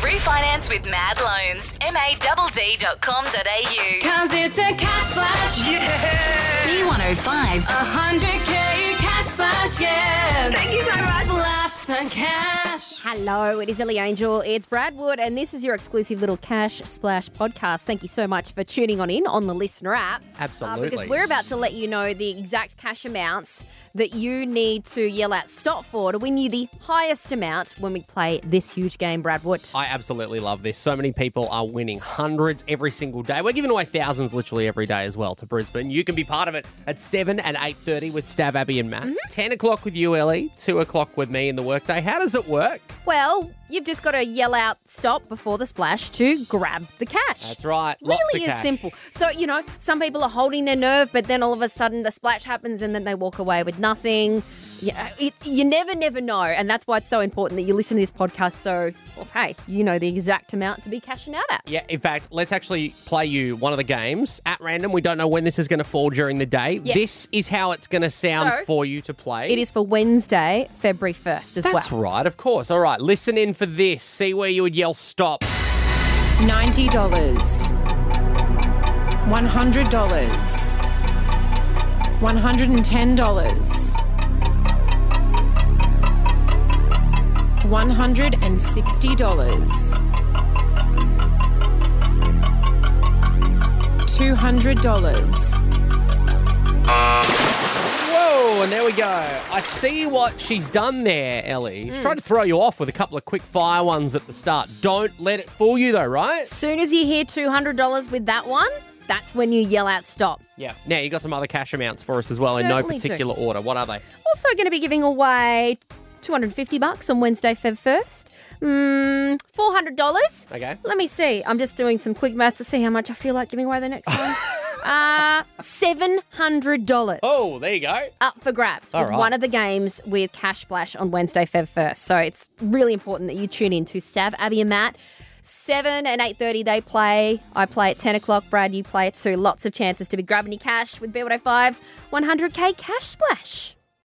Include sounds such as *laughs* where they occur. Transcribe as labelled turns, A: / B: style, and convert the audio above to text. A: Through finance with Mad Loans. MADD.com.au.
B: Cause it's a cash flash, oh
C: Yeah!
A: B105's
B: a hundred K cash flash, yeah. Thank you so much. Flash the cash.
D: Hello, it is Ellie Angel. It's Brad Wood, and this is your exclusive little Cash Splash podcast. Thank you so much for tuning on in on the listener app. Uh,
C: Absolutely.
D: because we're about to let you know the exact cash amounts that you need to yell out stop for to win you the highest amount when we play this huge game, Brad Wood.
C: I absolutely love this. So many people are winning hundreds every single day. We're giving away thousands literally every day as well to Brisbane. You can be part of it at seven and eight thirty with Stav, Abby, and Matt.
D: Mm-hmm.
C: Ten o'clock with you, Ellie. Two o'clock with me in the workday. How does it work?
D: Well, you've just got to yell out stop before the splash to grab the cash.
C: That's right. Lots of
D: really is
C: cash.
D: simple. So, you know, some people are holding their nerve, but then all of a sudden the splash happens and then they walk away with nothing. Yeah, uh, it, you never, never know. And that's why it's so important that you listen to this podcast so, well, hey, you know the exact amount to be cashing out at.
C: Yeah, in fact, let's actually play you one of the games at random. We don't know when this is going to fall during the day.
D: Yes.
C: This is how it's going to sound
D: So,
C: for you to play.
D: It is for Wednesday, February 1st as
C: That's
D: well.
C: right, of course. All right, listen in for this. See where you would yell stop.
E: $90, $100, $110, $160, $200.
C: Whoa, and there we go. I see what she's done there, Ellie.
D: Mm.
C: She's trying to throw you off with a couple of quick fire ones at the start. Don't let it fool you, though, right?
D: Soon as you hear $200 with that one, that's when you yell out stop.
C: Yeah. Now, you got some other cash amounts for us as well in no
D: Certainly do.
C: particular order. What are they?
D: Also going to be giving away 250 bucks on Wednesday, Feb 1st. Mm, $400.
C: Okay.
D: Let me see. I'm just doing some quick maths to see how much I feel like giving away the next
C: *laughs*
D: one. uh, $700.
C: Oh, there you go.
D: Up for grabs
C: All
D: with
C: right.
D: one of the games with Cash Splash on Wednesday, Feb 1st. So it's really important that you tune in to Stav, Abby and Matt. 7 and 8.30 they play. I play at 10 o'clock. Brad, you play at 2. Lots of chances to be grabbing your cash with B105's 100k Cash Splash.